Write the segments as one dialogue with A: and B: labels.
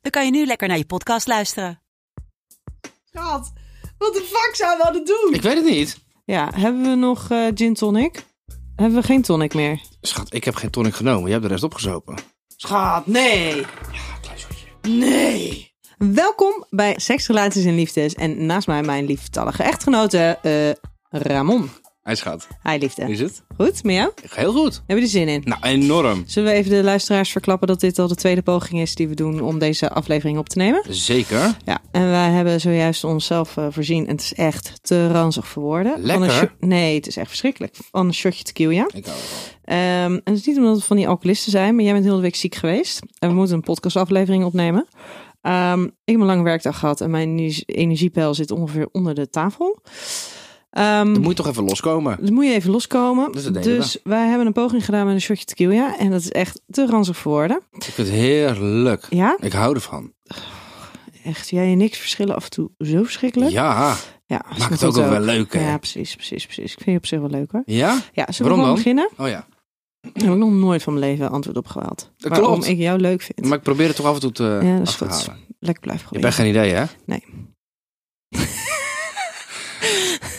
A: dan kan je nu lekker naar je podcast luisteren.
B: Schat, wat de fuck zouden we aan het doen?
C: Ik weet het niet.
D: Ja, hebben we nog eh, gin tonic? Hebben we geen tonic meer?
C: Schat, ik heb geen tonic genomen. Jij hebt de rest opgezopen.
D: Schat, nee! Nee! Welkom bij Seks, Relaties en Liefdes. En naast mij mijn lieftallige echtgenote eh, Ramon.
C: Hij schat.
D: Hi
C: Hoe
D: liefde.
C: is het?
D: Goed, met jou?
C: Heel goed.
D: Heb je er zin in?
C: Nou, enorm.
D: Zullen we even de luisteraars verklappen dat dit al de tweede poging is die we doen om deze aflevering op te nemen?
C: Zeker.
D: Ja, en wij hebben zojuist onszelf eh, voorzien. En het is echt te ranzig voor woorden. Van een
C: Lekker.
D: shot- nee, het is echt verschrikkelijk. Van een shotje tequila.
C: Ik hou ervan.
D: Ehm, en het is niet omdat we van die alcoholisten zijn, maar jij bent heel de week ziek geweest. En we moeten een podcastaflevering opnemen. Ehm, ik heb een lange werkdag gehad en mijn energie- energiepeil zit ongeveer onder de tafel. Ehm,
C: Dan moet je toch even loskomen.
D: dus moet je even loskomen.
C: Dus
D: Dus,
C: dat deden
D: wij hebben een poging gedaan met een shotje tequila. En dat is echt te ranzig voor woorden.
C: Ik vind het heerlijk.
D: Ja,
C: Ik hou ervan.
D: echt. Jij en niks verschillen af en toe zo verschrikkelijk.
C: Ja,
D: Ja, is
C: maakt
D: maar
C: het
D: goed
C: ook, wel leuk, hè?
D: Ja,
C: Ja?
D: precies, precies, precies. Ik vind je op zich wel leuk hoor. Ja, zullen
C: Waarom
D: we
C: dan?
D: gewoon beginnen?
C: Oh ja.
D: Daar heb ik nog nooit van mijn leven antwoord op gehaald.
C: Dat
D: Waarom
C: klopt.
D: ik jou leuk vind.
C: Maar ik probeer het toch af en toe te,
D: Ja, dat is
C: af te
D: goed.
C: halen.
D: Lekker blijven
C: Je
D: proberen.
C: bent geen idee, hè?
D: Nee.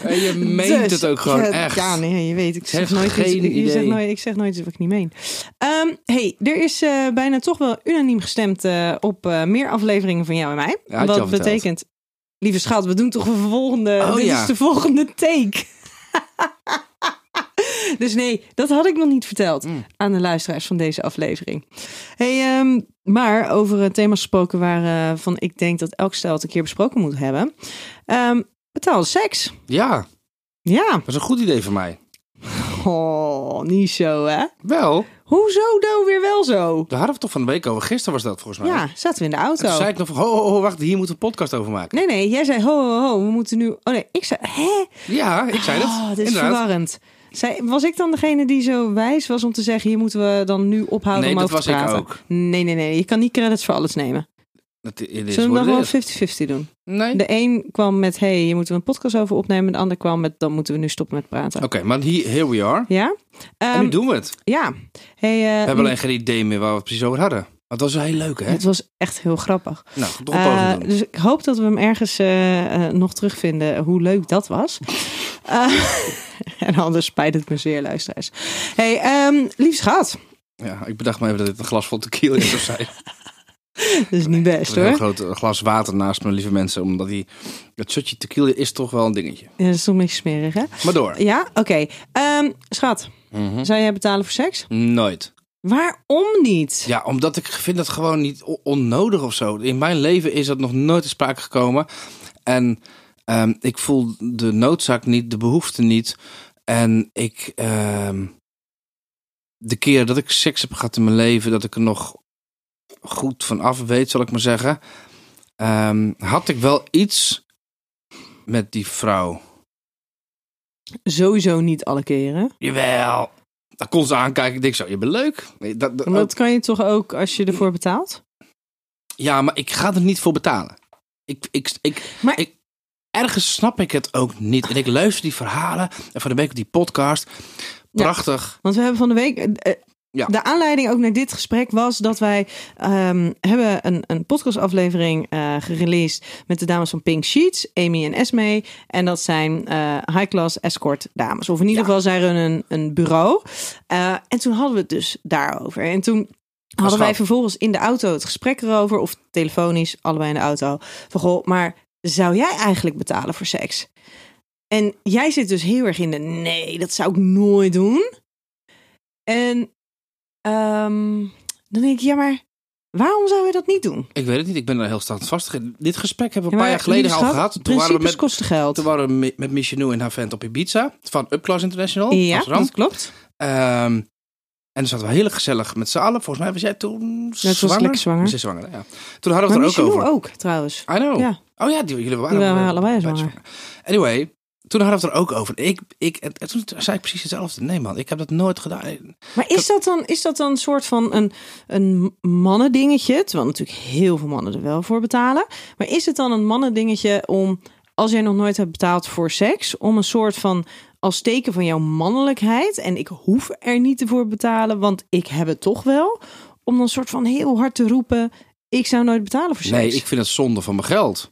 C: En je meent het ook gewoon
D: ja,
C: echt.
D: Dus Ja, nee, je weet. Ik
C: Ze
D: zeg,
C: heeft
D: nooit
C: geen
D: iets, je
C: idee.
D: zegt nooit, ik zeg nooit iets wat ik niet meen. Ehm, hey, er is eh, bijna toch wel unaniem gestemd eh, op eh, meer afleveringen van jou en mij.
C: Ja, had je al
D: wat
C: verteld.
D: betekent, lieve schat, we doen toch een volgende.
C: Oh,
D: dit
C: ja.
D: is de volgende take. dus nee, dat had ik nog niet verteld
C: Mm.
D: aan de luisteraars van deze aflevering. Hey, ehm, maar over eh, thema's gesproken waar eh, van ik denk dat elk stel het een keer besproken moet hebben. Ehm betaalde seks.
C: Ja,
D: Ja.
C: dat is een goed idee van mij.
D: Oh, niet zo, hè?
C: Wel,
D: Hoezo nou weer wel zo?
C: daar hadden we toch van de week over. Gisteren was dat volgens mij.
D: Ja, zaten we in de
C: En toen
D: auto.
C: zei ik nog van, ho, ho, ho, wacht, hier moeten we een podcast over maken.
D: Nee, nee, jij zei ho, ho, ho, we moeten nu... Oh nee, ik zei, hè?
C: Ja, ik zei dat.
D: Oh, dit is
C: Inderdaad.
D: verwarrend. Zei, was ik dan degene die zo wijs was om te zeggen, hier moeten we dan nu ophouden
C: Nee,
D: om
C: dat
D: over te
C: was ik
D: praten?
C: ook.
D: Nee, nee, nee, je kan niet credits voor alles nemen.
C: Dat i- it is
D: Zullen we
C: what
D: dan
C: it is.
D: gewoon 50-50 doen?
C: Nee?
D: De een kwam met, hé, hey, hier moeten we een podcast over opnemen. De ander kwam met, dan moeten we nu stoppen met praten.
C: Oké, maar hier here we are.
D: Ja?
C: en nu
D: Ehm,
C: doen we het.
D: ja. Hey, eh,
C: We hebben alleen geen idee meer waar we het precies over hadden. Maar het was wel heel leuk, hè?
D: het was echt heel grappig.
C: Nou, goed, toch een poging
D: Eh,
C: doen.
D: dus ik hoop dat we hem ergens eh, eh, nog terugvinden hoe leuk dat was. Eh, en anders spijt het me zeer, luisteraars. Hey, ehm lief schat.
C: Ja, ik bedacht me even dat dit een glas vol tequila is of zijn.
D: Dat is niet
C: Ik heb
D: best
C: een heel
D: hoor.
C: groot eh, glas water naast me, lieve mensen. Omdat die, het shotje tequila is toch wel een dingetje.
D: Ja, dat is toch een beetje smerig, hè?
C: Maar door.
D: Ja, oké. Ehm, schat,
C: Mhm.
D: zou jij betalen voor seks?
C: Nooit.
D: Waarom niet?
C: Ja, omdat ik vind dat gewoon niet o- onnodig of zo. In mijn leven is dat nog nooit te sprake gekomen. En ehm, ik voel de noodzaak niet, de behoefte niet. En ik. ehm, de keer dat ik seks heb gehad in mijn leven, dat ik er nog goed van af weet, zal ik maar zeggen. ehm, had ik wel iets met die vrouw.
D: Sowieso niet alle keren.
C: Jawel. Dat kon ze aankijken. Ik denk zo, je bent leuk. Nee, Dat, dat,
D: Maar dat kan je toch ook als je ervoor betaalt?
C: Ja, maar ik ga er niet voor betalen. Ik, ik, ik,
D: Maar-
C: ik, ergens snap ik het ook niet. En ik luister die verhalen en van de week op die podcast.
D: Ja.
C: Prachtig.
D: Want we hebben van de week. eh, eh,
C: Ja.
D: De aanleiding ook naar dit gesprek was dat wij ehm, hebben een, een podcastaflevering eh gereleased met de dames van Pink Sheets, Amy en Esme. En dat zijn eh, high-class escort dames. Of in ieder
C: Ja.
D: geval zij runnen een, een bureau. Eh, en toen hadden we het dus daarover. En toen hadden wij
C: gaaf.
D: vervolgens in de auto het gesprek erover, of telefonisch, allebei in de auto. Van goh, maar zou jij eigenlijk betalen voor seks? En jij zit dus heel erg in de nee, dat zou ik nooit doen. En ehm, dan denk ik, ja, maar waarom zou je dat niet doen?
C: Ik weet het niet, ik ben er heel standvastig in. Dit gesprek hebben we
D: Ja,
C: een
D: maar
C: paar jaar geleden al
D: lieve schat,
C: gehad. Toen
D: Principes
C: waren we met,
D: kosten geld.
C: toen waren we me- met Michinou en haar vent op Ibiza. Van Upclass International.
D: ja,
C: Amsterdam.
D: dat klopt.
C: Ehm, En dus hadden we heel gezellig met z'n allen. Volgens mij was jij toen
D: was
C: zwanger.
D: lekker zwanger.
C: Was jij zwanger, ja. Toen hadden we
D: Maar
C: het er ook
D: Michiel
C: over.
D: ook, trouwens.
C: I know.
D: Ja.
C: Oh ja, die, jullie waren,
D: Die waren allebei zwanger.
C: Anyway, toen hadden we het er ook over. Ik, ik, en toen zei ik precies hetzelfde. Nee man, ik heb dat nooit gedaan.
D: Maar is dat dan, is dat dan een soort van een, een mannendingetje? Terwijl natuurlijk heel veel mannen er wel voor betalen. Maar is het dan een mannendingetje om, als jij nog nooit hebt betaald voor seks, om een soort van als teken van jouw mannelijkheid en ik hoef er niet voor te betalen, want ik heb het toch wel, om dan een soort van heel hard te roepen: ik zou nooit betalen voor seks.
C: Nee, ik vind het zonde van mijn geld.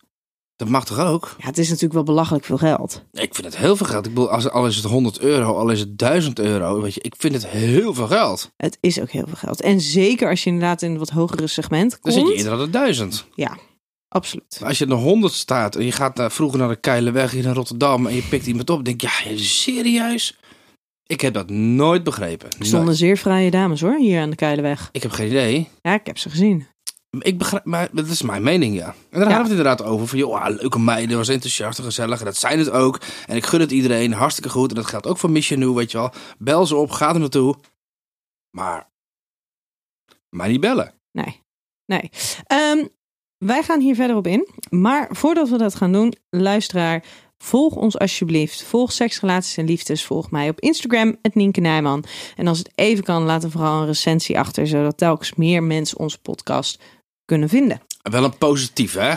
C: Dat mag toch ook?
D: Ja, het is natuurlijk wel belachelijk veel geld.
C: Ik vind het heel veel geld. Ik bedoel, als, al is het 100 euro, al is het 1000 euro. Weet je, ik vind het heel veel geld.
D: Het is ook heel veel geld. En zeker als je inderdaad in het wat hogere segment
C: Dan
D: komt.
C: zit je Nou, eerder aan de 1000.
D: Ja, absoluut.
C: Als je in de 100 staat en je gaat naar, vroeger naar de Keileweg hier in Rotterdam en je pikt iemand op, denk je, ja, serieus? Ik heb dat nooit begrepen.
D: Er stonden
C: Nooit.
D: zeer fraaie dames hoor, hier aan de Keileweg.
C: Ik heb geen idee.
D: Ja, ik heb ze gezien.
C: Ik begrijp, maar dat is mijn mening, ja. En daar hadden we het inderdaad over. Van, joh, ah, leuke meiden, was enthousiast en gezellig. En dat zijn het ook. En ik gun het iedereen, hartstikke goed. En dat geldt ook voor Mission New, weet je wel. Bel ze op, ga er naartoe. Maar, maar niet bellen.
D: Nee, nee. Ehm, wij gaan hier verder op in. Maar voordat we dat gaan doen, luisteraar, volg ons alsjeblieft. Volg Seks, Relaties en Liefdes. Volg mij op Instagram, het Nienke Nijman. En als het even kan, laat er vooral een recensie achter. Zodat telkens meer mensen onze podcast kunnen vinden.
C: En Wel een positief, hè?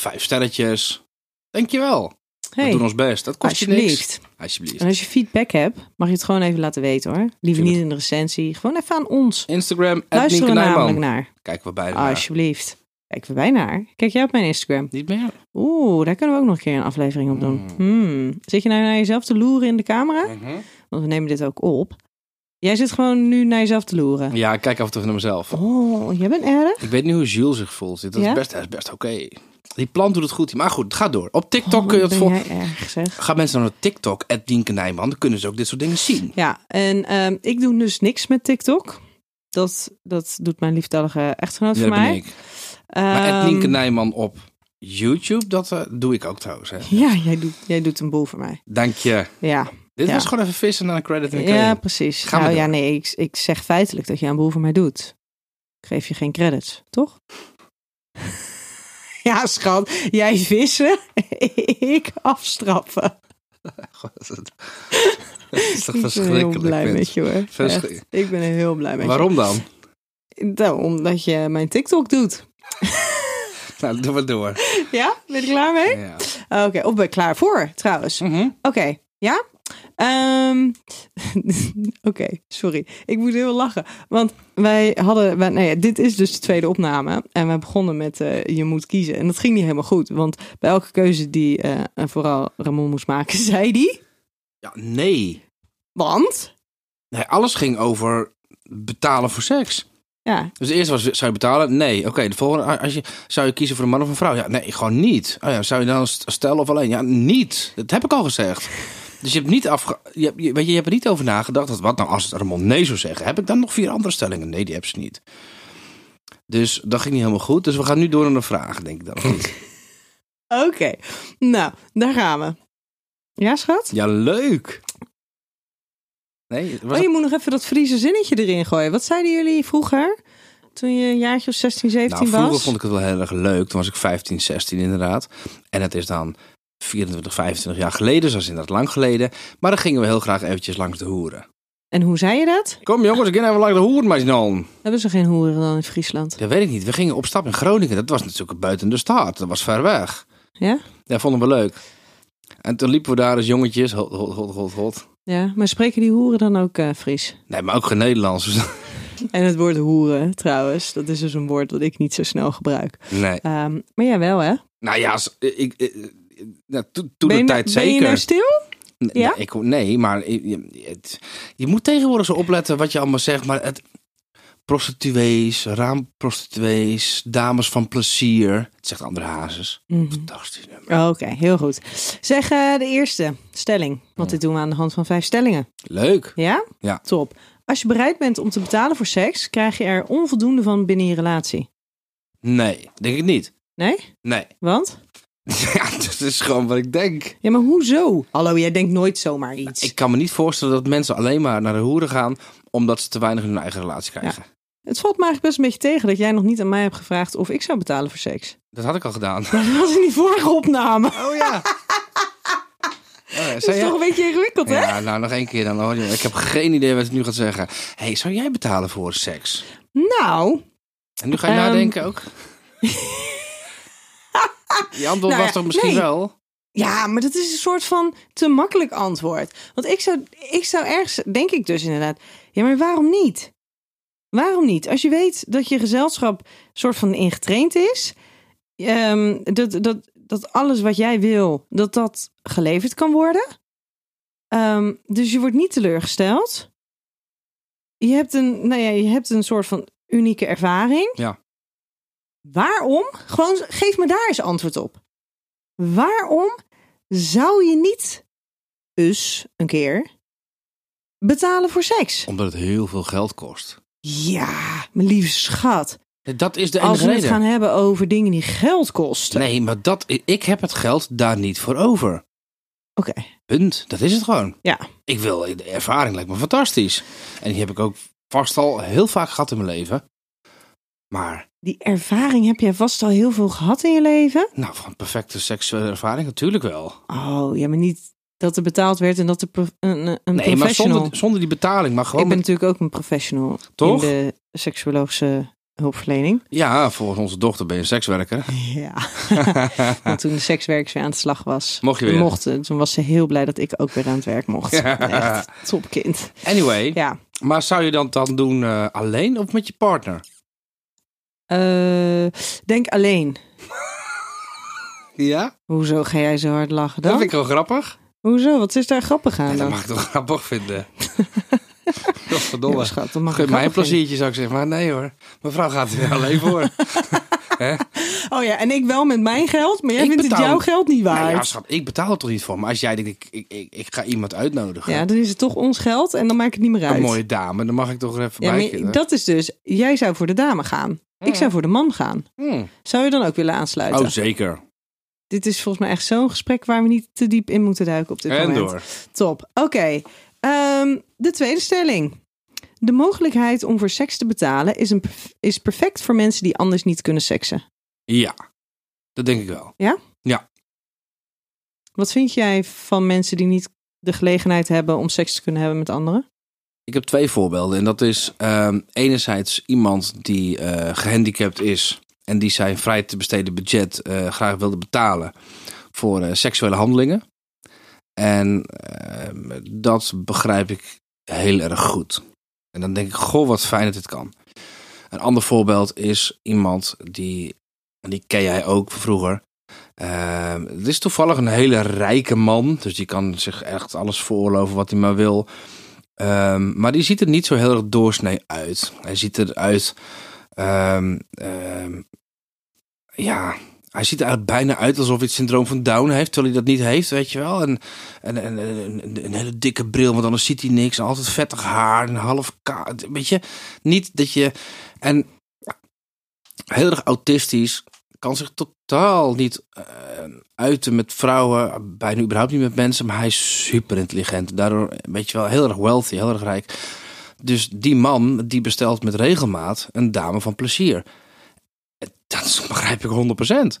C: Vijf sterretjes. Dankjewel. We doen
D: Hey,
C: ons best. Dat kost je niks.
D: alsjeblieft.
C: Alsjeblieft.
D: En als je feedback hebt, mag je het gewoon even laten weten hoor. Liever
C: Tuurlijk.
D: niet in de recensie, gewoon even aan ons.
C: Instagram, at
D: Luister
C: Nienke
D: er namelijk
C: Nijman.
D: naar.
C: Kijken we beide naar.
D: Alsjeblieft. Kijk er bij naar. Kijk jij op mijn Instagram?
C: Niet meer?
D: Oeh, daar kunnen we ook nog een keer een aflevering op doen. Hmm. Zit je nou naar jezelf te loeren in de camera? Want we nemen dit ook op. Jij zit gewoon nu naar jezelf te loeren.
C: Ja, ik kijk af en toe naar mezelf.
D: Oh, jij bent erg.
C: Ik weet niet hoe Jules zich voelt. Dat is
D: Ja?
C: best, hij is best oké. Die plant doet het goed. Maar goed, het gaat door. Op TikTok eh,
D: Oh,
C: kun je het
D: ben
C: volgen.
D: jij erg, zeg.
C: Gaan mensen naar TikTok, at Dienke Nijman, dan kunnen ze ook dit soort dingen zien.
D: Ja, en ehm, ik doe dus niks met TikTok. Dat, dat doet mijn liefdallige echtgenoot
C: Ja,
D: voor
C: dat ben
D: mij.
C: ik. Maar at
D: Ehm,
C: Dienke Nijman op YouTube, dat eh, doe ik ook trouwens. Hè.
D: ja, jij doet, jij doet een boel voor mij.
C: Dank je.
D: Ja,
C: Dit
D: Ja.
C: was gewoon even vissen naar een credit en een
D: ja
C: claim.
D: precies.
C: Gaan we
D: nou ja,
C: door.
D: nee, ik, ik zeg feitelijk dat jij een boel voor mij doet. Ik geef je geen credits, toch? ja, schat. Jij vissen, ik afstrappen.
C: Dat is toch
D: ik ben heel
C: verschrikkelijk.
D: blij
C: mens.
D: met je hoor.
C: Verschri-
D: Echt, ik ben heel blij met
C: Waarom dan?
D: je. Nou, omdat je mijn TikTok doet.
C: Nou, doe maar door.
D: Ja, ben je er klaar mee?
C: Ja.
D: Oké, of ben ik klaar voor trouwens.
C: Mhm.
D: Oké, ja? Ehm, Oké, sorry. Ik moet heel lachen. Want wij hadden... Wij, nou ja, dit is dus de tweede opname. En wij begonnen met eh, je moet kiezen. En dat ging niet helemaal goed. Want bij elke keuze die eh, en vooral Ramon moest maken, zei die...
C: ja, nee.
D: Want...
C: nee. Alles ging over betalen voor seks.
D: Ja,
C: Dus eerst was, zou je betalen? Nee. Oké, de volgende, als je, zou je kiezen voor een man of een vrouw? Ja, nee, gewoon niet. Oh ja, zou je dan een st- stel of alleen? Ja, niet. Dat heb ik al gezegd. Dus je hebt niet afge... Je, hebt- je- weet je, je hebt er niet over nagedacht. Dat, wat nou als het Ramon nee zou zeggen? Heb ik dan nog vier andere stellingen? Nee, die hebben ze niet. Dus dat ging niet helemaal goed. Dus we gaan nu door naar de vraag, denk ik dan. of niet?
D: oké. Nou, daar gaan we. Ja, schat?
C: Ja, leuk. Nee, was
D: Oh, je moet nog even dat Friese zinnetje erin gooien. Wat zeiden jullie vroeger? Toen je een jaartje of 16, 17
C: Nou, vroeger
D: was?
C: vond ik het wel heel erg leuk. Toen was ik 15, 16 inderdaad. En het is dan 24, 25 jaar geleden. Dus dat is inderdaad lang geleden. Maar dan gingen we heel graag eventjes langs de hoeren.
D: En hoe zei je dat?
C: Kom jongens, ik ga even langs de hoeren, maar dan.
D: Hebben ze geen hoeren dan in Friesland?
C: Dat weet ik niet. We gingen op stap in Groningen. Dat was natuurlijk buiten de stad. Dat was ver weg.
D: Ja?
C: Dat vonden we leuk. En toen liepen we daar als jongetjes. Hot, hot, hot, hot, hot.
D: Ja, maar spreken die hoeren dan ook eh, Fries?
C: Nee, maar ook geen Nederlands. Dus-
D: En het woord hoeren trouwens, dat is dus een woord dat ik niet zo snel gebruik.
C: Nee.
D: Ehm, maar jij wel hè?
C: Nou ja, als- ik, ik, nou, toen toen
D: ben, je,
C: de
D: nou-
C: tijd zeker.
D: ben je nou stil?
C: Nee,
D: Ja?
C: ik, nee, maar je, je- het- je moet tegenwoordig zo opletten wat je allemaal zegt. Maar het, prostituees, raamprostituees, dames van plezier. Het zegt André Hazes.
D: Hm.
C: Fantastisch nummer.
D: Oh, Oké, heel goed. Zeg eh, de eerste stelling, want dit doen we aan de hand van vijf stellingen.
C: Leuk.
D: Ja?
C: Ja.
D: Top. Als je bereid bent om te betalen voor seks, krijg je er onvoldoende van binnen je relatie.
C: Nee, denk ik niet.
D: Nee?
C: Nee.
D: Want?
C: Ja, dat is gewoon wat ik denk.
D: Ja, maar hoezo? Hallo, jij denkt nooit zomaar iets.
C: Nou, Ik kan me niet voorstellen dat mensen alleen maar naar de hoeren gaan omdat ze te weinig in hun eigen relatie krijgen.
D: Het valt me eigenlijk best een beetje tegen dat jij nog niet aan mij hebt gevraagd of ik zou betalen voor seks.
C: Dat had ik al gedaan.
D: Dat was in die vorige opname.
C: Oh ja.
D: Dat is toch een beetje ingewikkeld, hè?
C: Ja, nou nog één keer dan hoor. jongen. Ik heb geen idee wat ik nu gaat zeggen. hey, zou jij betalen voor seks?
D: Nou,
C: En nu ga je
D: Ehm,
C: nadenken ook. Je antwoord
D: Nou
C: was
D: ja,
C: toch misschien
D: nee.
C: wel?
D: Ja, maar dat is een soort van te makkelijk antwoord. Want ik zou, ik zou ergens, denk ik dus inderdaad, ja, maar waarom niet? Waarom niet? Als je weet dat je gezelschap soort van ingetraind is, ehm, dat, dat, dat alles wat jij wil, dat dat geleverd kan worden. Ehm, dus je wordt niet teleurgesteld. Je hebt een, nou ja, je hebt een soort van unieke ervaring.
C: Ja.
D: Waarom? Gewoon geef me daar eens antwoord op. Waarom zou je niet dus een keer betalen voor seks?
C: Omdat het heel veel geld kost.
D: Ja, mijn lieve schat.
C: Dat is de
D: Als
C: enige
D: we het
C: reden.
D: gaan hebben over dingen die geld kosten.
C: Nee, maar dat, ik heb het geld daar niet voor over.
D: Oké,
C: Punt. Dat is het gewoon.
D: ja.
C: Ik wil, de ervaring lijkt me fantastisch. En die heb ik ook vast al heel vaak gehad in mijn leven. Maar,
D: Die ervaring heb jij vast al heel veel gehad in je leven.
C: nou, van perfecte seksuele ervaring natuurlijk wel.
D: Oh, ja, maar niet dat er betaald werd en dat er prof- een, een een
C: Nee, maar
D: professional...
C: zonder, zonder die betaling. Maar gewoon
D: Ik ben
C: met-
D: natuurlijk ook een professional
C: Toch?
D: in de seksuologische hulpverlening.
C: Ja, volgens onze dochter ben je sekswerker.
D: Ja. Want toen de sekswerkers weer aan de slag was,
C: Mocht je weer.
D: mochten, toen was ze heel blij dat ik ook weer aan het werk mocht.
C: Ja.
D: Echt, topkind.
C: Anyway,
D: Ja.
C: maar zou je dat dan doen eh, alleen of met je partner?
D: Eh, denk alleen.
C: Ja,
D: Hoezo ga jij zo hard lachen
C: dat
D: dan?
C: vind ik wel grappig.
D: Hoezo? Wat is daar grappig aan
C: Ja, dat
D: dan?
C: mag ik toch grappig vinden.
D: Ja,
C: Godverdomme.
D: schat, dat mag
C: Geef
D: ik
C: eh, mij een
D: grappig
C: pleziertje, zou ik zeggen. Maar nee hoor, mevrouw gaat er alleen voor.
D: vinden. Oh ja, en ik wel met mijn geld, maar jij
C: Ik
D: vindt
C: betaal-
D: het jouw geld niet waard.
C: Nou ja, schat, ik betaal het toch niet voor. Maar als jij denkt, ik, ik, ik, ik ga iemand uitnodigen.
D: Ja, dan is het toch ons geld en dan maakt het niet meer uit.
C: een mooie dame, dan mag ik toch er even
D: Ja,
C: bij
D: maar
C: kunnen.
D: dat is dus, jij zou voor de dame gaan. Ik zou voor de man gaan.
C: Hmm.
D: Zou je dan ook willen aansluiten?
C: Mm. Oh, zeker.
D: Dit is volgens mij echt zo'n gesprek waar we niet te diep in moeten duiken op dit
C: En
D: moment.
C: door.
D: Top. Oké. Ehm, de tweede stelling. De mogelijkheid om voor seks te betalen is, een, perf- is perfect voor mensen die anders niet kunnen seksen.
C: Ja, dat denk ik wel.
D: Wat vind jij van mensen die niet de gelegenheid hebben om seks te kunnen hebben met anderen?
C: Ik heb twee voorbeelden. En dat is ehm, enerzijds iemand die eh, gehandicapt is en die zijn vrij te besteden budget eh, graag wilde betalen voor eh, seksuele handelingen. En ehm, dat begrijp ik heel erg goed. En dan denk ik, goh, wat fijn dat dit kan. Een ander voorbeeld is iemand die, en die ken jij ook van vroeger. Ehm, het is toevallig een hele rijke man, dus die kan zich echt alles veroorloven wat hij maar wil. Ehm, maar die ziet er niet zo heel erg doorsnee uit. Hij ziet eruit. ehm, ehm, ja, hij ziet er eigenlijk bijna uit alsof hij het syndroom van Down heeft, terwijl hij dat niet heeft, weet je wel. En, en, en, en- een, een hele dikke bril, want anders ziet hij niks. En altijd vettig haar, een half kaart. Weet je, niet dat je. En ja, heel erg autistisch, kan zich totaal niet eh, uiten met vrouwen, bijna überhaupt niet met mensen, maar hij is super intelligent. Daardoor, weet je wel, heel erg wealthy, heel erg rijk. Dus die man, die bestelt met regelmaat een dame van plezier. Dat is- begrijp ik 100%.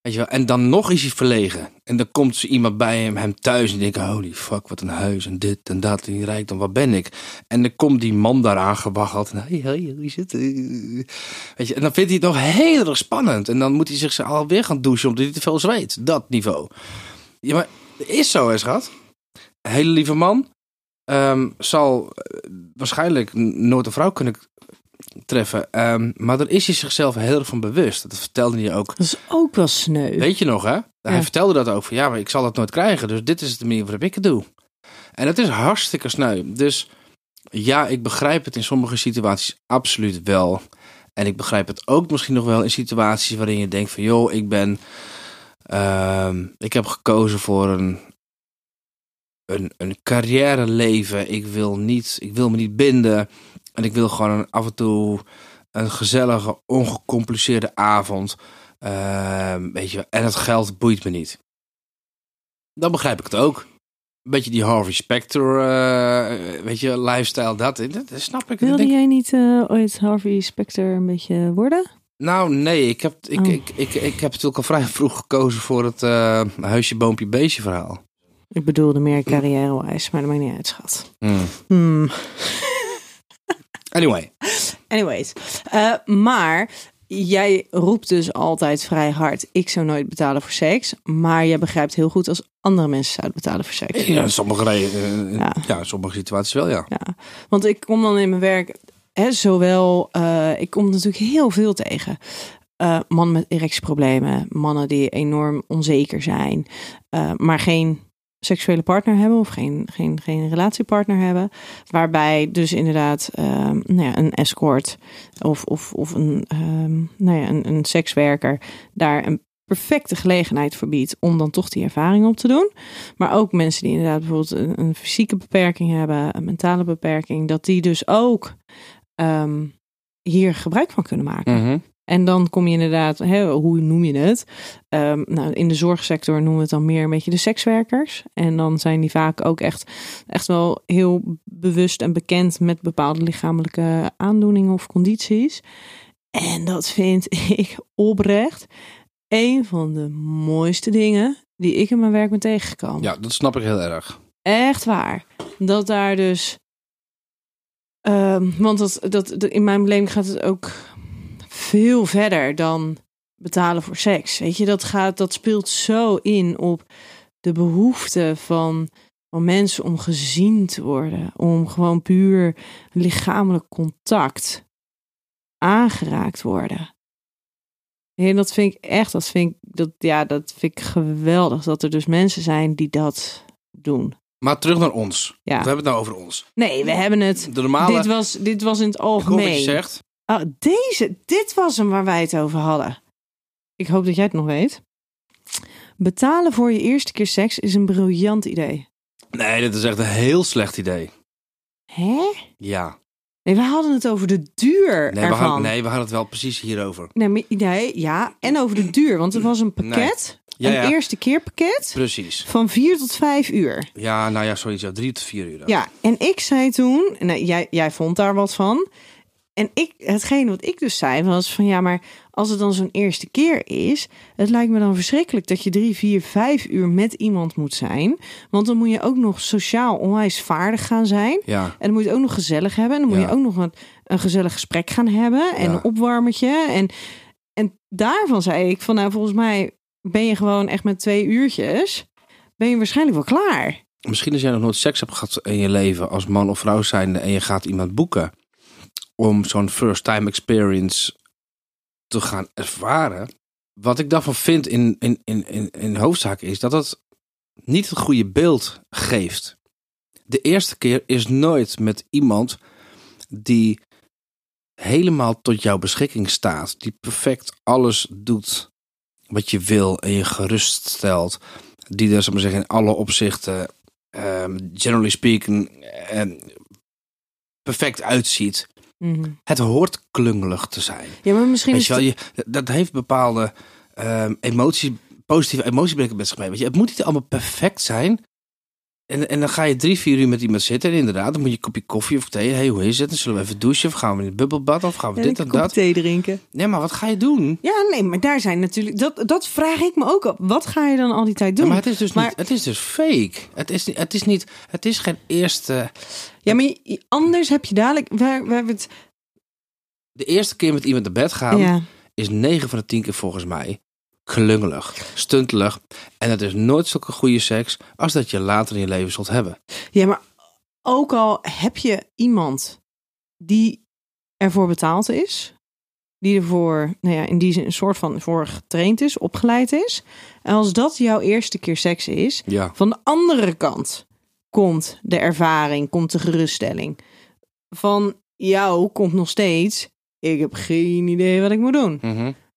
C: Weet je wel? En dan nog is hij verlegen. En dan komt zo iemand bij hem, hem thuis en denkt... holy fuck, wat een huis en dit en dat en die rijkdom, wat ben ik? En dan komt die man daar aangewaggeld. En hey, hey, hoe zit het? Weet je, en dan vindt hij het nog heel erg spannend. En dan moet hij zich alweer gaan douchen omdat hij te veel zweet. Dat niveau. Ja, maar het is zo, hè, schat. Een hele lieve man ehm, zal eh, waarschijnlijk n- nooit een vrouw kunnen k- treffen. Ehm, maar daar is hij zichzelf heel erg van bewust. Dat vertelde hij ook.
D: Dat is ook wel sneu.
C: Weet je nog, hè? Hij
D: Ja.
C: vertelde dat ook. Van, ja, maar ik zal dat nooit krijgen. Dus dit is de manier waarop ik het doe. En dat is hartstikke sneu. Dus ja, ik begrijp het in sommige situaties absoluut wel. En ik begrijp het ook misschien nog wel in situaties waarin je denkt van... joh, ik ben... ehm, ik heb gekozen voor een, een, een carrière leven. Ik wil, niet, ik wil me niet binden. En ik wil gewoon een- af en toe een gezellige, ongecompliceerde avond. Ehm, weet je, en het geld boeit me niet. Dan begrijp ik het ook. Een beetje die Harvey Specter, eh, weet je, lifestyle, dat, dat snap ik. Dat
E: Wilde
C: denk ik-
E: jij niet eh, ooit Harvey Specter een beetje worden?
C: Nou, nee, ik heb, ik,
E: Oh.
C: ik, ik, ik heb natuurlijk al vrij vroeg gekozen voor het eh, huisje, boompje, beestje verhaal.
D: Ik bedoelde meer carrière-wise, maar dat maakt niet uit, schat. Hmm.
C: Anyway,
D: Anyways, eh, maar jij roept dus altijd vrij hard: ik zou nooit betalen voor seks. Maar jij begrijpt heel goed als andere mensen zouden betalen voor seks.
C: ja, in sommige, re- eh,
D: Ja.
C: ja, in sommige situaties wel, ja.
D: Want ik kom dan in mijn werk, hè, zowel, eh, ik kom natuurlijk heel veel tegen. Eh, mannen met erectieproblemen, mannen die enorm onzeker zijn, eh, maar geen seksuele partner hebben of geen, geen, geen relatiepartner hebben. Waarbij dus inderdaad ehm, nou ja, een escort of, of, of een, ehm, nou ja, een, een sekswerker daar een perfecte gelegenheid voor biedt om dan toch die ervaring op te doen. Maar ook mensen die inderdaad bijvoorbeeld een, een fysieke beperking hebben, een mentale beperking, dat die dus ook ehm, hier gebruik van kunnen maken.
C: Mhm.
D: En dan kom je inderdaad, hè, hoe noem je het? Ehm, nou, in de zorgsector noemen we het dan meer een beetje de sekswerkers. En dan zijn die vaak ook echt, echt wel heel bewust en bekend met bepaalde lichamelijke aandoeningen of condities. En dat vind ik oprecht een van de mooiste dingen die ik in mijn werk ben tegengekomen.
C: Ja, dat snap ik heel erg.
D: Echt waar. Dat daar dus. ehm, want dat, dat, dat- in mijn beleving gaat het ook veel verder dan betalen voor seks. Weet je, dat, gaat, dat speelt zo in op de behoefte van, van mensen om gezien te worden. Om gewoon puur lichamelijk contact aangeraakt worden. En dat vind ik echt, dat vind ik, dat, ja, dat vind ik geweldig. Dat er dus mensen zijn die dat doen.
C: Maar terug naar ons.
D: Ja.
C: We hebben het nou over ons.
D: Nee, we hebben het.
C: De normale...
D: Dit was, dit was in het
C: Ik hoor wat je
D: algemeen.
C: zegt.
D: Ah, deze, dit was hem waar wij het over hadden. Ik hoop dat jij het nog weet. Betalen voor je eerste keer seks is een briljant idee.
C: Nee, dit is echt een heel slecht idee.
D: Hè?
C: Ja.
D: Nee, we hadden het over de duur
C: Nee, we
D: ervan.
C: hadden, nee, we hadden het wel precies hierover.
D: Nee, maar- nee, ja, en over de duur. Want het was een
C: Nee.
D: pakket,
C: Ja, ja.
D: een eerste keer pakket,
C: Precies.
D: van vier tot vijf uur.
C: Ja, nou ja, sorry, zo drie tot vier uur.
D: Ja, en ik zei toen, nou, jij, jij vond daar wat van. En ik, hetgeen wat ik dus zei was van ja, maar als het dan zo'n eerste keer is, het lijkt me dan verschrikkelijk dat je drie, vier, vijf uur met iemand moet zijn. Want dan moet je ook nog sociaal onwijs vaardig gaan zijn.
C: Ja.
D: En dan moet je het ook nog gezellig hebben. En dan moet
C: Ja.
D: je ook nog een, een gezellig gesprek gaan hebben. En
C: Ja.
D: een opwarmertje. En, en daarvan zei ik van nou, volgens mij ben je gewoon echt met twee uurtjes, ben je waarschijnlijk wel klaar.
C: Misschien als jij nog nooit seks hebt gehad in je leven als man of vrouw zijnde en je gaat iemand boeken om zo'n first time experience te gaan ervaren. Wat ik daarvan vind in, in, in, in, in hoofdzaak is dat het niet het goede beeld geeft. De eerste keer is nooit met iemand die helemaal tot jouw beschikking staat, die perfect alles doet wat je wil en je gerust stelt, die er, zal ik maar zeggen, in alle opzichten ehm, generally speaking, ehm, perfect uitziet. Het hoort klungelig te zijn.
D: Ja, maar misschien
C: Mhm. Weet
D: is
C: je wel, je, dat heeft bepaalde ehm emoties, positieve emotiebrengen met zich mee. Weet je, het moet niet allemaal perfect zijn. En, en dan ga je drie, vier uur met iemand zitten. En inderdaad, dan moet je een kopje koffie of thee. hey, hoe is het? Dan zullen we even douchen? Of gaan we in het bubbelbad? Of gaan we dit en dat?
D: thee drinken.
C: Nee, maar wat ga je doen?
D: Ja, nee, maar daar zijn natuurlijk... Dat, dat vraag ik me ook op. Wat ga je dan al die tijd doen?
C: Ja, maar het is dus,
D: Maar-
C: niet, het is dus fake. Het is, niet- het, is niet, het is geen eerste...
D: Ja, maar je- je- anders heb je dadelijk... We, we hebben het...
C: De eerste keer met iemand naar bed gaan...
D: ja.
C: is 9 van de 10 keer volgens mij klungelig, stuntelig. En het is nooit zulke goede seks als dat je later in je leven zult hebben.
D: ja, maar ook al heb je iemand die ervoor betaald is... Die ervoor, nou ja, in die zin een soort van voor getraind is, opgeleid is. En als dat jouw eerste keer seks is,
C: Ja.
D: Van de andere kant komt de ervaring, komt de geruststelling. Van
C: Mhm.
D: jou komt nog steeds, ik heb geen idee wat ik moet doen.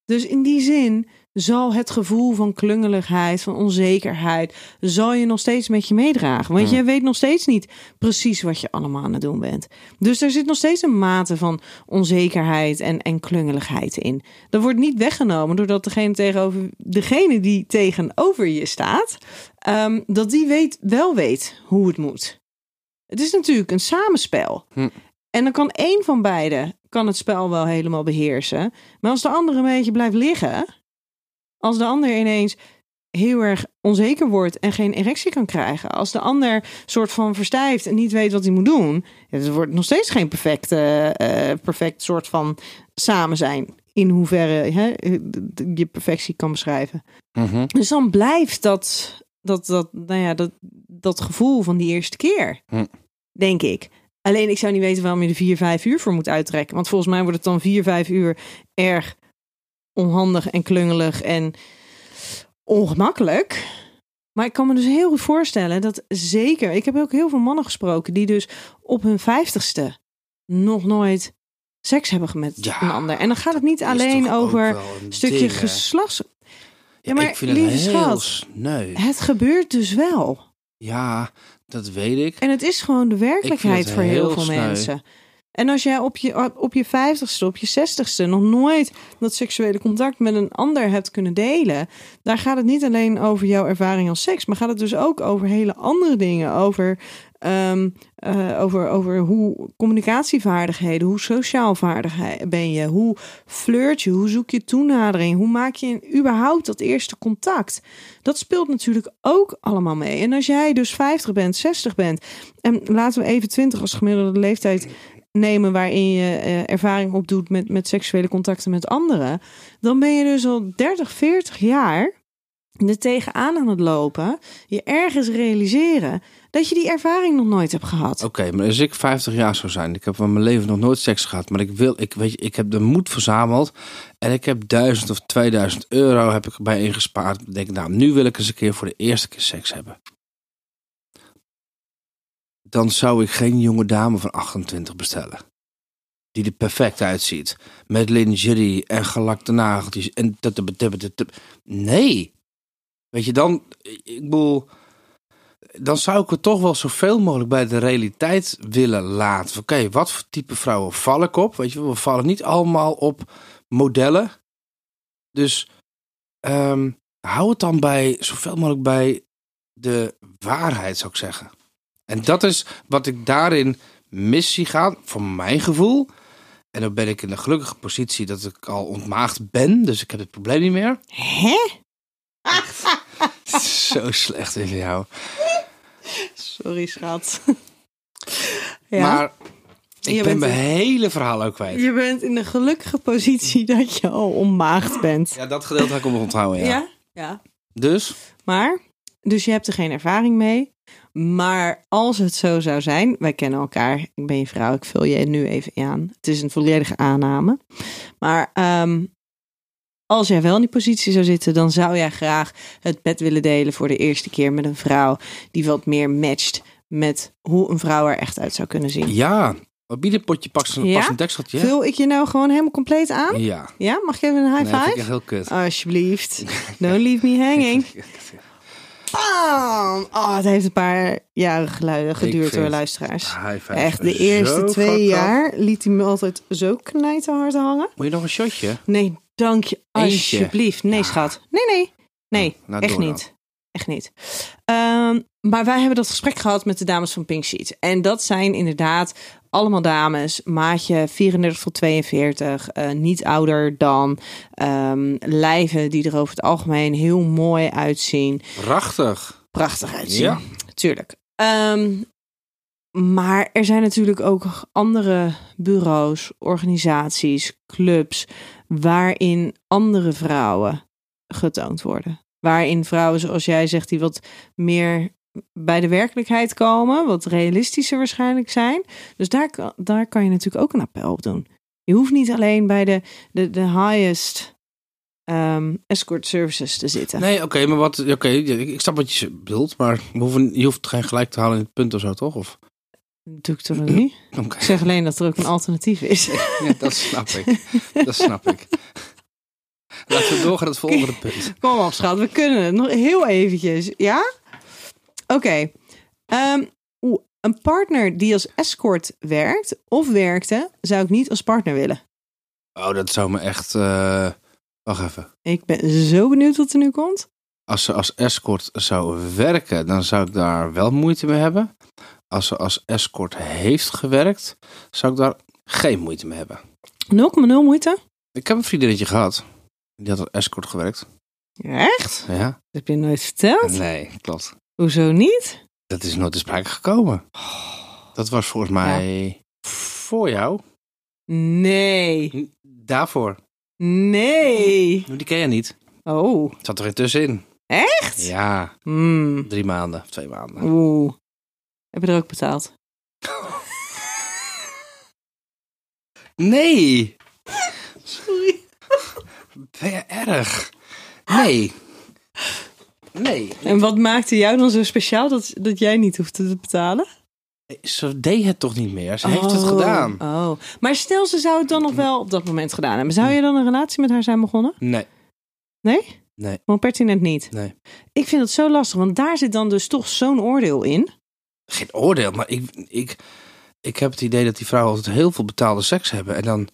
D: Dus in die zin zal het gevoel van klungeligheid, van onzekerheid, zal je nog steeds met je meedragen. Want je weet nog steeds niet precies wat je allemaal aan het doen bent. Dus er zit nog steeds een mate van onzekerheid en, en klungeligheid in. Dat wordt niet weggenomen doordat degene, tegenover, degene die tegenover je staat, ehm, dat die weet, wel weet hoe het moet. Het is natuurlijk een samenspel. En dan kan één van beiden kan het spel wel helemaal beheersen. Maar als de ander een beetje blijft liggen, als de ander ineens heel erg onzeker wordt en geen erectie kan krijgen, als de ander soort van verstijft en niet weet wat hij moet doen, ja, het wordt nog steeds geen perfect, eh, eh, perfect soort van samen zijn. In hoeverre hè, eh, je perfectie kan beschrijven.
C: Mhm.
D: Dus dan blijft dat, dat, dat, nou ja, dat, dat gevoel van die eerste keer.
C: Hm.
D: Denk ik. Alleen ik zou niet weten waarom je er vier, vijf uur voor moet uittrekken. Want volgens mij wordt het dan vier, vijf uur erg onhandig en klungelig en ongemakkelijk. Maar ik kan me dus heel goed voorstellen dat zeker... Ik heb ook heel veel mannen gesproken die dus op hun vijftigste nog nooit seks hebben met
C: Ja,
D: een ander. En dan gaat het niet alleen over een stukje
C: gesprek.
D: geslachts...
C: Ja,
D: maar
C: ik vind het
D: lieve
C: heel
D: schat.
C: sneu.
D: Het gebeurt dus wel.
C: Ja, dat weet ik.
D: En het is gewoon de
C: Ik vind
D: werkelijkheid
C: het
D: voor heel,
C: heel
D: veel
C: sneu.
D: mensen. En als jij op je, op je vijftigste, op je zestigste nog nooit dat seksuele contact met een ander hebt kunnen delen, daar gaat het niet alleen over jouw ervaring als seks, maar gaat het dus ook over hele andere dingen. Over, ehm, eh, over, over hoe communicatievaardigheden, hoe sociaal vaardig hij- ben je, hoe flirt je, hoe zoek je toenadering, hoe maak je überhaupt dat eerste contact. Dat speelt natuurlijk ook allemaal mee. En als jij dus 50 bent, 60 bent, en laten we even 20 als gemiddelde leeftijd nemen waarin je eh, ervaring opdoet met, met seksuele contacten met anderen, dan ben je dus al 30, 40 jaar er tegenaan aan het lopen, je ergens realiseren dat je die ervaring nog nooit hebt gehad.
C: Oké, maar als ik 50 jaar zou zijn, ik heb van mijn leven nog nooit seks gehad, maar ik wil, ik weet, je, ik heb de moed verzameld en ik heb 1000 of 2000 euro heb ik erbij ingespaard. Ik denk, nou, nu wil ik eens een keer voor de eerste keer seks hebben. Dan zou ik geen jonge dame van 28 bestellen. Die er perfect uitziet. Met lingerie en gelakte nageltjes. En tup, tup, tup, tup, tup. Nee. Weet je, dan... Ik bedoel dan zou ik het toch wel zoveel mogelijk bij de realiteit willen laten. Van, Oké, wat voor type vrouwen val ik op? Weet je, wel, we vallen niet allemaal op modellen. Dus ehm, hou het dan bij zoveel mogelijk bij de waarheid, zou ik zeggen. En dat is wat ik daarin mis zie gaan, voor mijn gevoel. En dan ben ik in de gelukkige positie dat ik al ontmaagd ben, dus ik heb het probleem niet meer.
D: Hè?
C: Zo slecht in jou.
D: Sorry, schat.
C: Maar ik
D: Je
C: ben
D: bent
C: mijn
D: een-
C: hele verhaal ook kwijt.
D: je bent in de gelukkige positie dat je al onmaagd bent.
C: Ja, dat gedeelte ga ik om onthouden, ja.
D: ja.
C: Dus,
D: Maar, dus je hebt er geen ervaring mee. Maar als het zo zou zijn, wij kennen elkaar, ik ben je vrouw, ik vul je nu even aan. Het is een volledige aanname. Maar ehm, als jij wel in die positie zou zitten, dan zou jij graag het bed willen delen voor de eerste keer met een vrouw die wat meer matcht met hoe een vrouw er echt uit zou kunnen zien.
C: ja. Wat biedt een potje pas een,
D: Ja?
C: pas een dekseltje? hè?
D: Vul ik je nou gewoon helemaal compleet aan?
C: Ja.
D: Ja, mag ik even een
C: Nee,
D: high
C: dat vind ik
D: five? Oh,
C: echt heel kut.
D: Alsjeblieft. Don't leave me hanging. Bam! Oh, het heeft een paar jaren geluiden geduurd
C: vind
D: door
C: het
D: luisteraars.
C: High five.
D: Echt, de
C: Zo
D: eerste twee
C: fucked up.
D: jaar liet hij me altijd zo knijterhard hangen.
C: Moet je nog een shotje?
D: Nee, dank je.
C: Eentje. Ah.
D: Alsjeblieft. Nee, schat. Nee, nee. Nee,
C: nou,
D: echt
C: door dan.
D: niet. Echt niet. Ehm, maar wij hebben dat gesprek gehad met de dames van Pink Sheet. En dat zijn inderdaad allemaal dames. Maatje 34 tot 42. eh, niet ouder dan. ehm, lijven die er over het algemeen heel mooi uitzien
C: Prachtig.
D: prachtig uitzien.
C: Ja.
D: Tuurlijk. Ehm, maar er zijn natuurlijk ook andere bureaus, organisaties, clubs waarin andere vrouwen getoond worden. Waarin vrouwen, zoals jij zegt, die wat meer bij de werkelijkheid komen, wat realistischer waarschijnlijk zijn. Dus daar, kan- daar kan je natuurlijk ook een appel op doen. Je hoeft niet alleen bij de, de, de highest ehm, escort services te zitten.
C: Nee, oké, maar wat... Oké, ik, ik snap wat je bedoelt, maar we hoeven, je hoeft geen gelijk te halen in het punt of zo, toch? Of,
D: Doe ik toch nog niet?
C: oké,
D: Ik zeg alleen dat er ook een alternatief is.
C: ja, dat snap ik. Dat snap ik. Laten we doorgaan naar het volgende punt.
D: Kom op, schat, we kunnen het. Nog heel eventjes, ja? Oké. Ehm, oeh, een partner die als escort werkt of werkte, zou ik niet als partner willen.
C: Oh, dat zou me echt... eh, Wacht even.
D: Ik ben zo benieuwd wat er nu komt.
C: Als ze als escort zou werken, dan zou ik daar wel moeite mee hebben. Als ze als escort heeft gewerkt, zou ik daar geen moeite mee hebben.
D: 0,0 moeite.
C: Ik heb een vriendinnetje gehad. Die had als escort gewerkt.
D: Echt?
C: Ja?
D: Dat heb je nooit verteld?
C: Nee, klopt.
D: Hoezo niet?
C: Dat is nooit te sprake gekomen. Dat was volgens mij voor jou.
D: Nee.
C: Daarvoor.
D: Nee.
C: Die ken je niet.
D: Oh,
C: Het zat er intussenin.
D: echt?
C: Ja,
D: Hmm.
C: drie maanden of twee maanden.
D: Oeh. Heb je er ook betaald?
C: Nee! Ben je erg? Nee. Nee.
D: En wat maakte jou dan zo speciaal dat, dat jij niet hoefde te betalen?
C: Ze deed het toch niet meer? Ze heeft het gedaan.
D: Oh. Maar stel, ze zou het dan nog wel op dat moment gedaan hebben. Zou je dan een relatie met haar zijn begonnen?
C: Nee.
D: Nee?
C: Nee.
D: Gewoon pertinent niet.
C: Nee.
D: Ik vind dat zo lastig, want daar zit dan dus toch zo'n oordeel in.
C: Geen oordeel, maar ik, ik, ik heb het idee dat die vrouwen altijd heel veel betaalde seks hebben. En dan.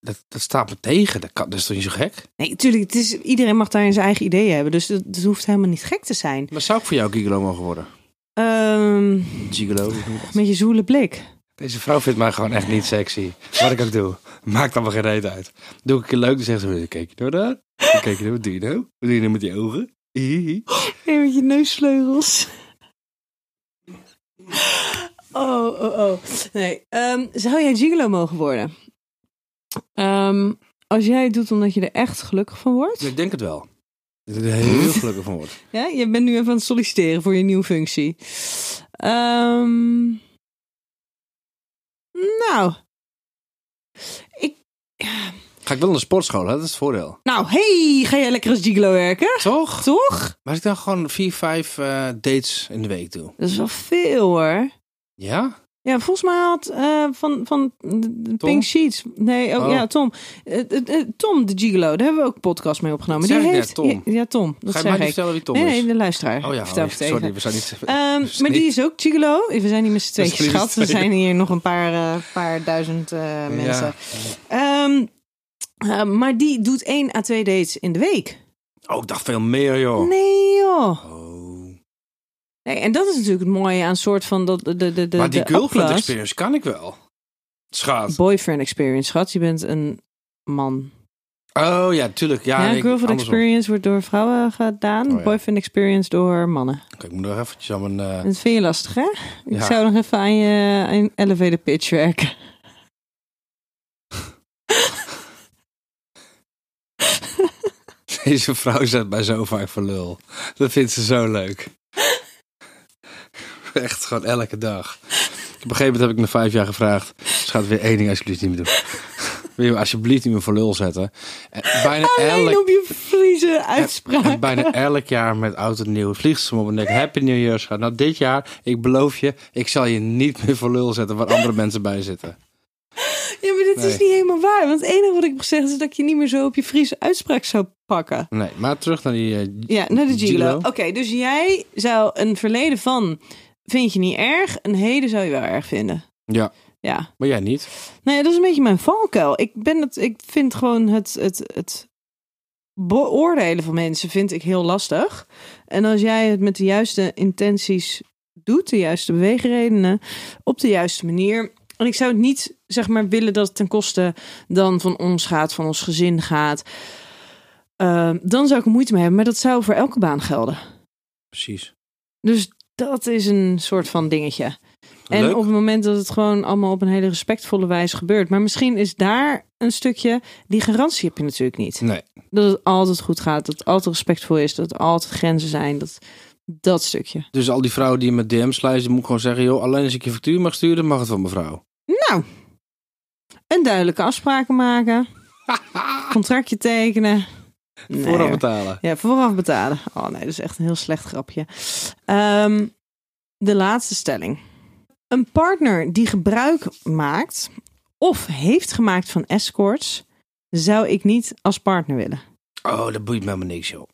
C: Dat, dat staat me tegen. Dat, kan, dat is toch niet zo gek?
D: Nee, natuurlijk. Het is, iedereen mag daarin zijn eigen ideeën hebben. Dus het, het hoeft helemaal niet gek te zijn.
C: Maar zou ik voor jou gigolo mogen worden?
D: Ehm,
C: Gigolo?
D: met je zoele blik.
C: Deze vrouw vindt mij gewoon echt niet sexy. Wat ik ook doe. Maakt allemaal geen reet uit. Doe ik een keer leuk, dan zegt ze... Kijk je nou daar? Kijk je nou, wat doe je nou? Wat doe je nou met die ogen? Hihi.
D: Nee, met je neusvleugels. Oh, oh, oh. Nee. ehm, zou jij gigolo mogen worden?
E: Ehm, als jij het doet omdat je er echt gelukkig van wordt.
C: Ik denk het wel. Hm? Dat ik er heel gelukkig van word.
D: Ja, je bent nu even aan het solliciteren voor je nieuwe functie. Ehm, nou. Ik,
C: Ga ik wel naar de sportschool, hè? dat is het voordeel.
D: nou, hey, ga jij lekker als gigolo werken?
C: Toch?
D: Toch?
C: Maar als ik dan gewoon vier, vijf eh, dates in de week doe.
D: Dat is wel veel hoor.
C: Ja?
D: Ja, volgens mij had eh, van, van de- de
C: Tom?
D: Pink Sheets. Nee, oh,
C: Oh.
D: ja, Tom. Eh, eh, eh, Tom de Gigolo, daar hebben we ook een podcast mee opgenomen.
C: Dat
D: Die
C: zei ik
D: heeft,
C: net, Tom.
D: Ja, ja, Tom. Dat
C: Ga je
D: zeg
C: mij niet
D: ik.
C: vertellen wie Tom
D: nee,
C: is?
D: nee, de luisteraar.
C: Oh ja,
D: Vertel
C: oh,
D: het even.
C: sorry, we zijn niet...
D: Ehm,
C: Dus
D: maar die
C: niet-
D: is ook gigolo. We zijn niet met z'n
C: zijn
D: tweeën,
C: niet met z'n
D: schat. We
C: tweeën.
D: zijn hier nog een paar, eh, paar duizend eh, mensen. Ehm, eh, maar die doet één à twee dates in de week.
C: Oh, ik dacht veel meer, joh.
D: Nee joh.
C: Oh.
D: Nee, en dat is natuurlijk het mooie aan soort van dat de, de, de, de
C: maar die
D: de
C: girlfriend
D: upclass-
C: experience kan ik wel. Schaat.
D: Boyfriend experience, schat. Je bent een man.
C: Oh ja, tuurlijk. Ja,
D: Ja,
C: ik-
D: girlfriend
C: andersom.
D: experience wordt door vrouwen gedaan.
C: Oh ja.
D: Boyfriend experience door mannen.
C: Kijk, ik moet nog eventjes aan mijn... eh,
D: En Dat vind je lastig, hè? Ik
C: Ja.
D: zou nog even aan je aan je elevator pitch werken.
C: Deze vrouw zet mij zo vaak voor lul. Dat vindt ze zo leuk. Echt gewoon elke dag. Op een gegeven moment heb ik me vijf jaar gevraagd. Ze gaat weer één ding alsjeblieft niet meer doen. Wil je me alsjeblieft niet meer voor lul zetten? En bijna,
D: Alleen
C: elk,
D: op je Friese uitspraak.
C: en bijna elk jaar met oud en nieuw vliegt ze me op mijn nek. Happy New Year, schat. Nou, dit jaar, ik beloof je, ik zal je niet meer voor lul zetten waar andere mensen bij zitten.
D: Ja, maar dit
C: Nee.
D: is niet helemaal waar. Want het enige wat ik heb gezegd is dat ik je niet meer zo op je Friese uitspraak zou pakken.
C: Nee, maar terug naar die... eh,
D: Ja, naar de Gigolo.
C: Gigolo.
D: Oké, dus jij zou een verleden van vind je niet erg, een heden zou je wel erg vinden.
C: ja,
D: Ja.
C: maar jij niet.
D: Nou ja, dat is een beetje mijn valkuil. Ik, ben het, ik vind gewoon het, het, het beoordelen van mensen vind ik heel lastig. En als jij het met de juiste intenties doet, de juiste beweegredenen, op de juiste manier. En ik zou het niet, zeg maar, willen dat het ten koste dan van ons gaat, van ons gezin gaat. Ehm, dan zou ik er moeite mee hebben, maar dat zou voor elke baan gelden.
C: Precies.
D: Dus dat is een soort van dingetje. En
C: Leuk.
D: op het moment dat het gewoon allemaal op een hele respectvolle wijze gebeurt. Maar misschien is daar een stukje, die garantie heb je natuurlijk niet.
C: Nee.
D: Dat het altijd goed gaat, dat het altijd respectvol is, dat er altijd grenzen zijn. Dat, dat stukje.
C: Dus al die vrouwen die met DM's lijsten, moet ik gewoon zeggen: joh, alleen als ik je factuur mag sturen, mag het van mevrouw.
D: Nou, en duidelijke afspraken maken. Contractje tekenen. Nee,
C: Vooraf
D: hoor.
C: betalen.
D: Ja, vooraf betalen. Oh nee, dat is echt een heel slecht grapje. Ehm, de laatste stelling. Een partner die gebruik maakt of heeft gemaakt van escorts, zou ik niet als partner willen.
C: Oh, dat boeit me helemaal niks, joh.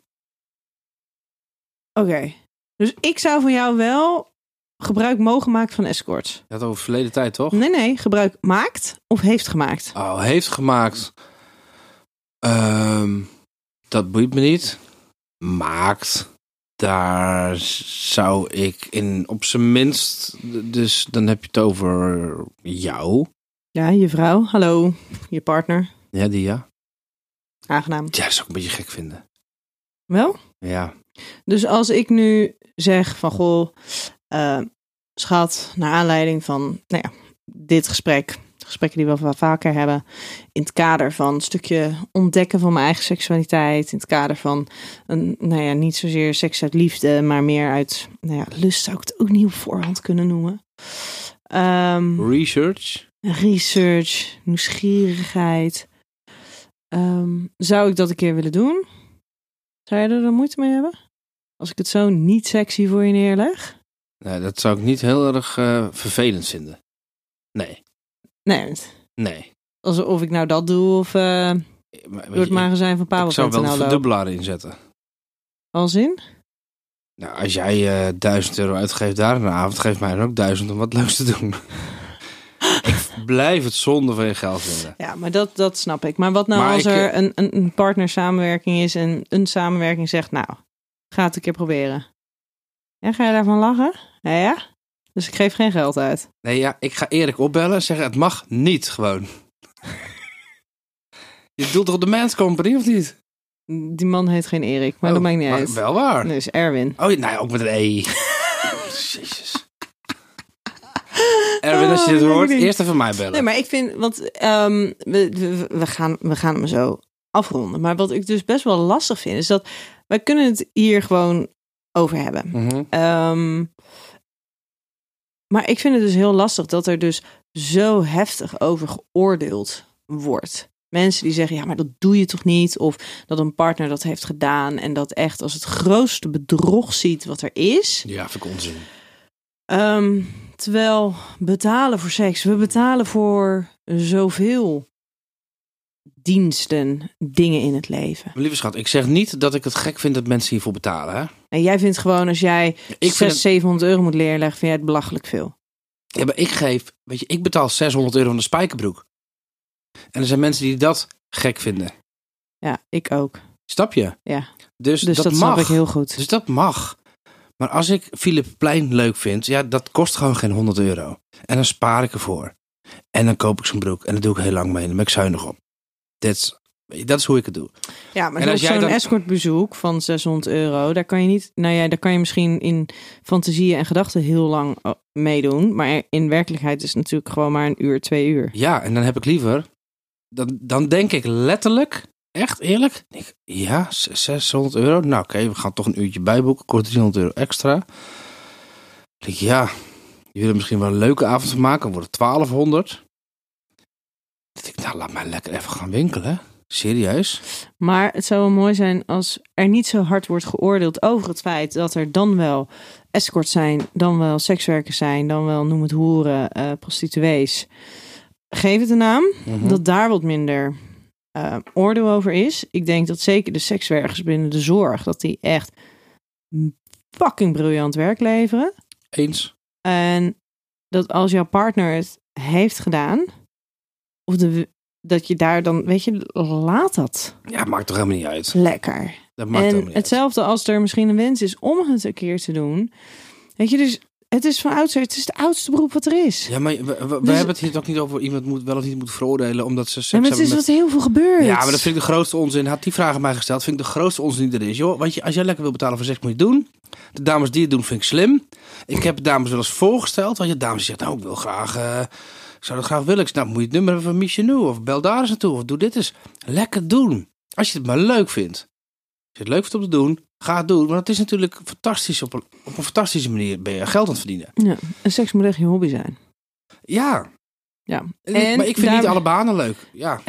D: Oké. Dus ik zou van jou wel gebruik mogen maken van escorts.
C: Dat over verleden tijd, toch?
D: Nee, nee, gebruik maakt of heeft gemaakt.
C: Oh, heeft gemaakt. Ehm, dat boeit me niet. Maakt. Daar zou ik in op zijn minst. Dus dan heb je het over jou.
D: Ja, je vrouw, hallo, je partner,
C: Ja, die ja.
D: aangenaam.
C: Ja, dat zou ik een beetje gek vinden.
D: Wel?
C: Ja.
D: Dus als ik nu zeg van goh, eh, schat, naar aanleiding van nou ja, dit gesprek, gesprekken die we va- vaker hebben, in het kader van een stukje ontdekken van mijn eigen seksualiteit, in het kader van een, nou ja, niet zozeer seks uit liefde, maar meer uit nou ja, lust zou ik het ook niet op voorhand kunnen noemen. Ehm,
C: Research.
D: research, nieuwsgierigheid. Ehm, zou ik dat een keer willen doen? Zou je er dan moeite mee hebben? Als ik het zo niet sexy voor je neerleg?
C: Nou, dat zou ik niet heel erg eh, vervelend vinden. Nee.
D: Nee, want
C: Nee.
D: alsof of ik nou dat doe of eh,
C: Maar-
D: door het
C: ik,
D: magazijn van
C: ik zou wel
D: Pabel.nl
C: een
D: lopen.
C: verdubbelaar inzetten.
D: Als in?
C: Nou, als jij eh 1000 euro uitgeeft daar een avond, geef mij dan ook 1000 om wat leuks te doen. ik blijf het zonde van je geld vinden.
D: Ja, maar dat, dat snap ik. Maar wat nou
C: Maar
D: als
C: ik, eh,
D: er een, een, een partner samenwerking is en een samenwerking zegt, nou, ga het een keer proberen. Ja, ga je daarvan lachen? Ja, ja. Dus ik geef geen geld uit.
C: Nee, ja, ik ga Erik opbellen en zeggen: het mag niet gewoon. je doelt toch op de Man's Company of niet?
D: Die man heet geen Erik, maar dat
C: Oh,
D: maakt niet
C: maar
D: uit.
C: Wel waar.
D: Nee, is Erwin.
C: Oh, nou ja, ook met een E. Jezus. Erwin, als je
D: Oh,
C: dit
D: dat
C: hoort,
D: weet ik niet.
C: eerst even mij bellen.
D: Nee, maar ik vind, want ehm, we, we, we gaan, we gaan hem zo afronden. Maar wat ik dus best wel lastig vind, is dat wij kunnen het hier gewoon over hebben.
C: Mhm.
D: Ehm, maar ik vind het dus heel lastig dat er dus zo heftig over geoordeeld wordt. Mensen die zeggen, ja, maar dat doe je toch niet? Of dat een partner dat heeft gedaan en dat echt als het grootste bedrog ziet wat er is.
C: Ja, vind ik onzin.
D: Ehm, terwijl betalen voor seks, we betalen voor zoveel diensten, dingen in het leven.
C: Mijn lieve schat, ik zeg niet dat ik het gek vind dat mensen hiervoor betalen. Hè?
D: En jij vindt gewoon als jij
C: Ik,
D: 600,
C: vind het-
D: 700 euro moet leerleggen, vind jij het belachelijk veel.
C: ja, maar ik geef, weet je, ik betaal 600 euro van de spijkerbroek. En er zijn mensen die dat gek vinden.
D: Ja, ik ook.
C: Snap je?
D: Ja.
C: Dus,
D: Dus dat,
C: dat, mag.
D: snap ik heel goed.
C: Dus dat mag. Maar als ik Philip Plein leuk vind, ja, dat kost gewoon geen 100 euro. En dan spaar ik ervoor. En dan koop ik zijn broek. En dan doe ik heel lang mee. Dan ben ik zuinig op. That's- Dat is hoe ik het doe.
D: ja, maar
C: en
D: zo'n
C: als jij
D: escortbezoek
C: dan-
D: van 600 euro, daar kan je niet, nou ja, daar kan je misschien in fantasieën en gedachten heel lang oh, meedoen. Maar in werkelijkheid is het natuurlijk gewoon maar een uur, twee uur.
C: Ja, en dan heb ik liever. Dan, dan denk ik letterlijk, echt eerlijk. denk ik, ja, z- 600 euro. Nou, oké, we gaan toch een uurtje bijboeken. Kort 300 euro extra. Dan denk ik, ja, je wil er misschien wel een leuke avond van maken. Dan wordt het 1200. Dan denk ik, nou, laat mij lekker even gaan winkelen. Serieus?
D: Maar het zou wel mooi zijn als er niet zo hard wordt geoordeeld over het feit dat er dan wel escorts zijn, dan wel sekswerkers zijn, dan wel noem het hoeren, eh, prostituees. Geef het een naam,
C: Mhm.
D: dat daar wat minder eh, oordeel over is. Ik denk dat zeker de sekswerkers binnen de zorg, dat die echt fucking briljant werk leveren.
C: Eens.
D: En dat als jouw partner het heeft gedaan, of de, dat je daar dan, weet je, laat dat
C: Ja, maakt toch helemaal niet uit.
D: lekker.
C: Dat maakt helemaal
D: en
C: niet uit.
D: hetzelfde als er misschien een wens is om het een keer te doen. Weet je, dus het is van oudsher, het is het oudste beroep wat er is.
C: Ja, maar we, we- we
D: Dus-
C: hebben het hier ook niet over iemand moet wel of niet moet veroordelen omdat ze seks
D: en het
C: hebben
D: is
C: met
D: wat heel veel gebeurt.
C: Ja, maar dat vind ik de grootste onzin. Had die vraag aan mij gesteld, vind ik de grootste onzin die er is. Joh. Want je, als jij lekker wil betalen voor seks, moet je het doen. De dames die het doen, vind ik slim. Ik heb de dames wel eens voorgesteld. Want je dames zegt, nou, ik wil graag... eh, ik zou dat graag willen. Ik zeg, nou, moet je het nummer hebben van Michenou? Of bel daar eens naartoe. Of doe dit eens. Lekker doen. Als je het maar leuk vindt. Als je het leuk vindt om te doen, ga het doen. Want het is natuurlijk fantastisch. Op een, op een fantastische manier ben je geld aan het verdienen.
D: Ja, en seks moet echt je hobby zijn.
C: Ja.
D: Ja. En
C: maar ik vind
D: daar-
C: niet alle banen leuk. Ja.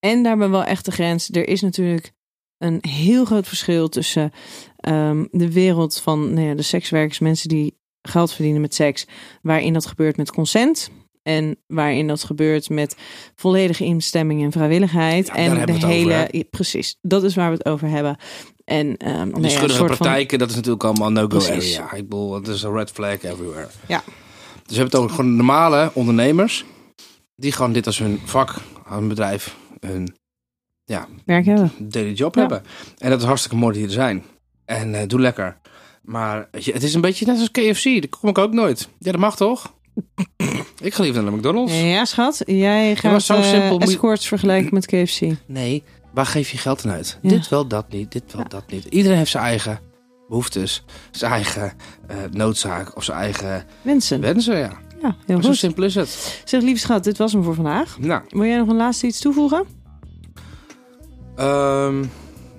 D: En daarbij wel echt de grens. Er is natuurlijk een heel groot verschil tussen ehm, de wereld van nou ja, de sekswerkers, mensen die geld verdienen met seks, waarin dat gebeurt met consent. En waarin dat gebeurt met volledige instemming en vrijwilligheid.
C: Ja, daar
D: en de
C: hebben we het
D: hele.
C: over,
D: ja, precies, dat is waar we het over hebben. En ehm, nou ja,
C: Die
D: een
C: schuddere
D: soort van-
C: praktijken, dat is natuurlijk allemaal no-go
D: Precies.
C: area. Ik bedoel, het is een red flag everywhere.
D: Ja.
C: Dus we hebben het over gewoon normale ondernemers. Die gewoon dit als hun vak, hun bedrijf, hun
D: werk hebben.
C: daily job
D: Ja.
C: hebben. En dat is hartstikke mooi dat die er zijn. En eh, doe lekker. Maar weet je, het is een beetje net als KFC. Daar kom ik ook nooit. Ja, dat mag toch? ik ga liever naar de McDonald's.
D: Ja, schat. Jij
C: maar
D: gaat
C: zo
D: eh,
C: simpel moet je-
D: escorts vergelijken met KFC.
C: Nee, waar geef je geld aan uit?
D: Ja.
C: Dit wel, dat niet, dit wel, dat niet. Iedereen heeft zijn eigen behoeftes, zijn eigen eh, noodzaak of zijn eigen
D: Mensen.
C: wensen. Ja.
D: Ja, heel
C: Zo
D: goed.
C: simpel is het.
D: Zeg, lieve schat, dit was hem voor vandaag.
C: Nou,
D: Wil jij nog een laatste iets toevoegen?
C: ehm,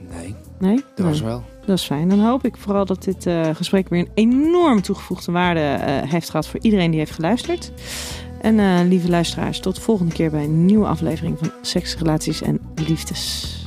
C: nee,
D: Nee?
C: dat
D: Nee.
C: was wel.
D: Dat is fijn. Dan hoop ik vooral dat dit eh, gesprek weer een enorm toegevoegde waarde eh, heeft gehad voor iedereen die heeft geluisterd. En eh, lieve luisteraars, tot de volgende keer bij een nieuwe aflevering van Seks, Relaties en Liefdes.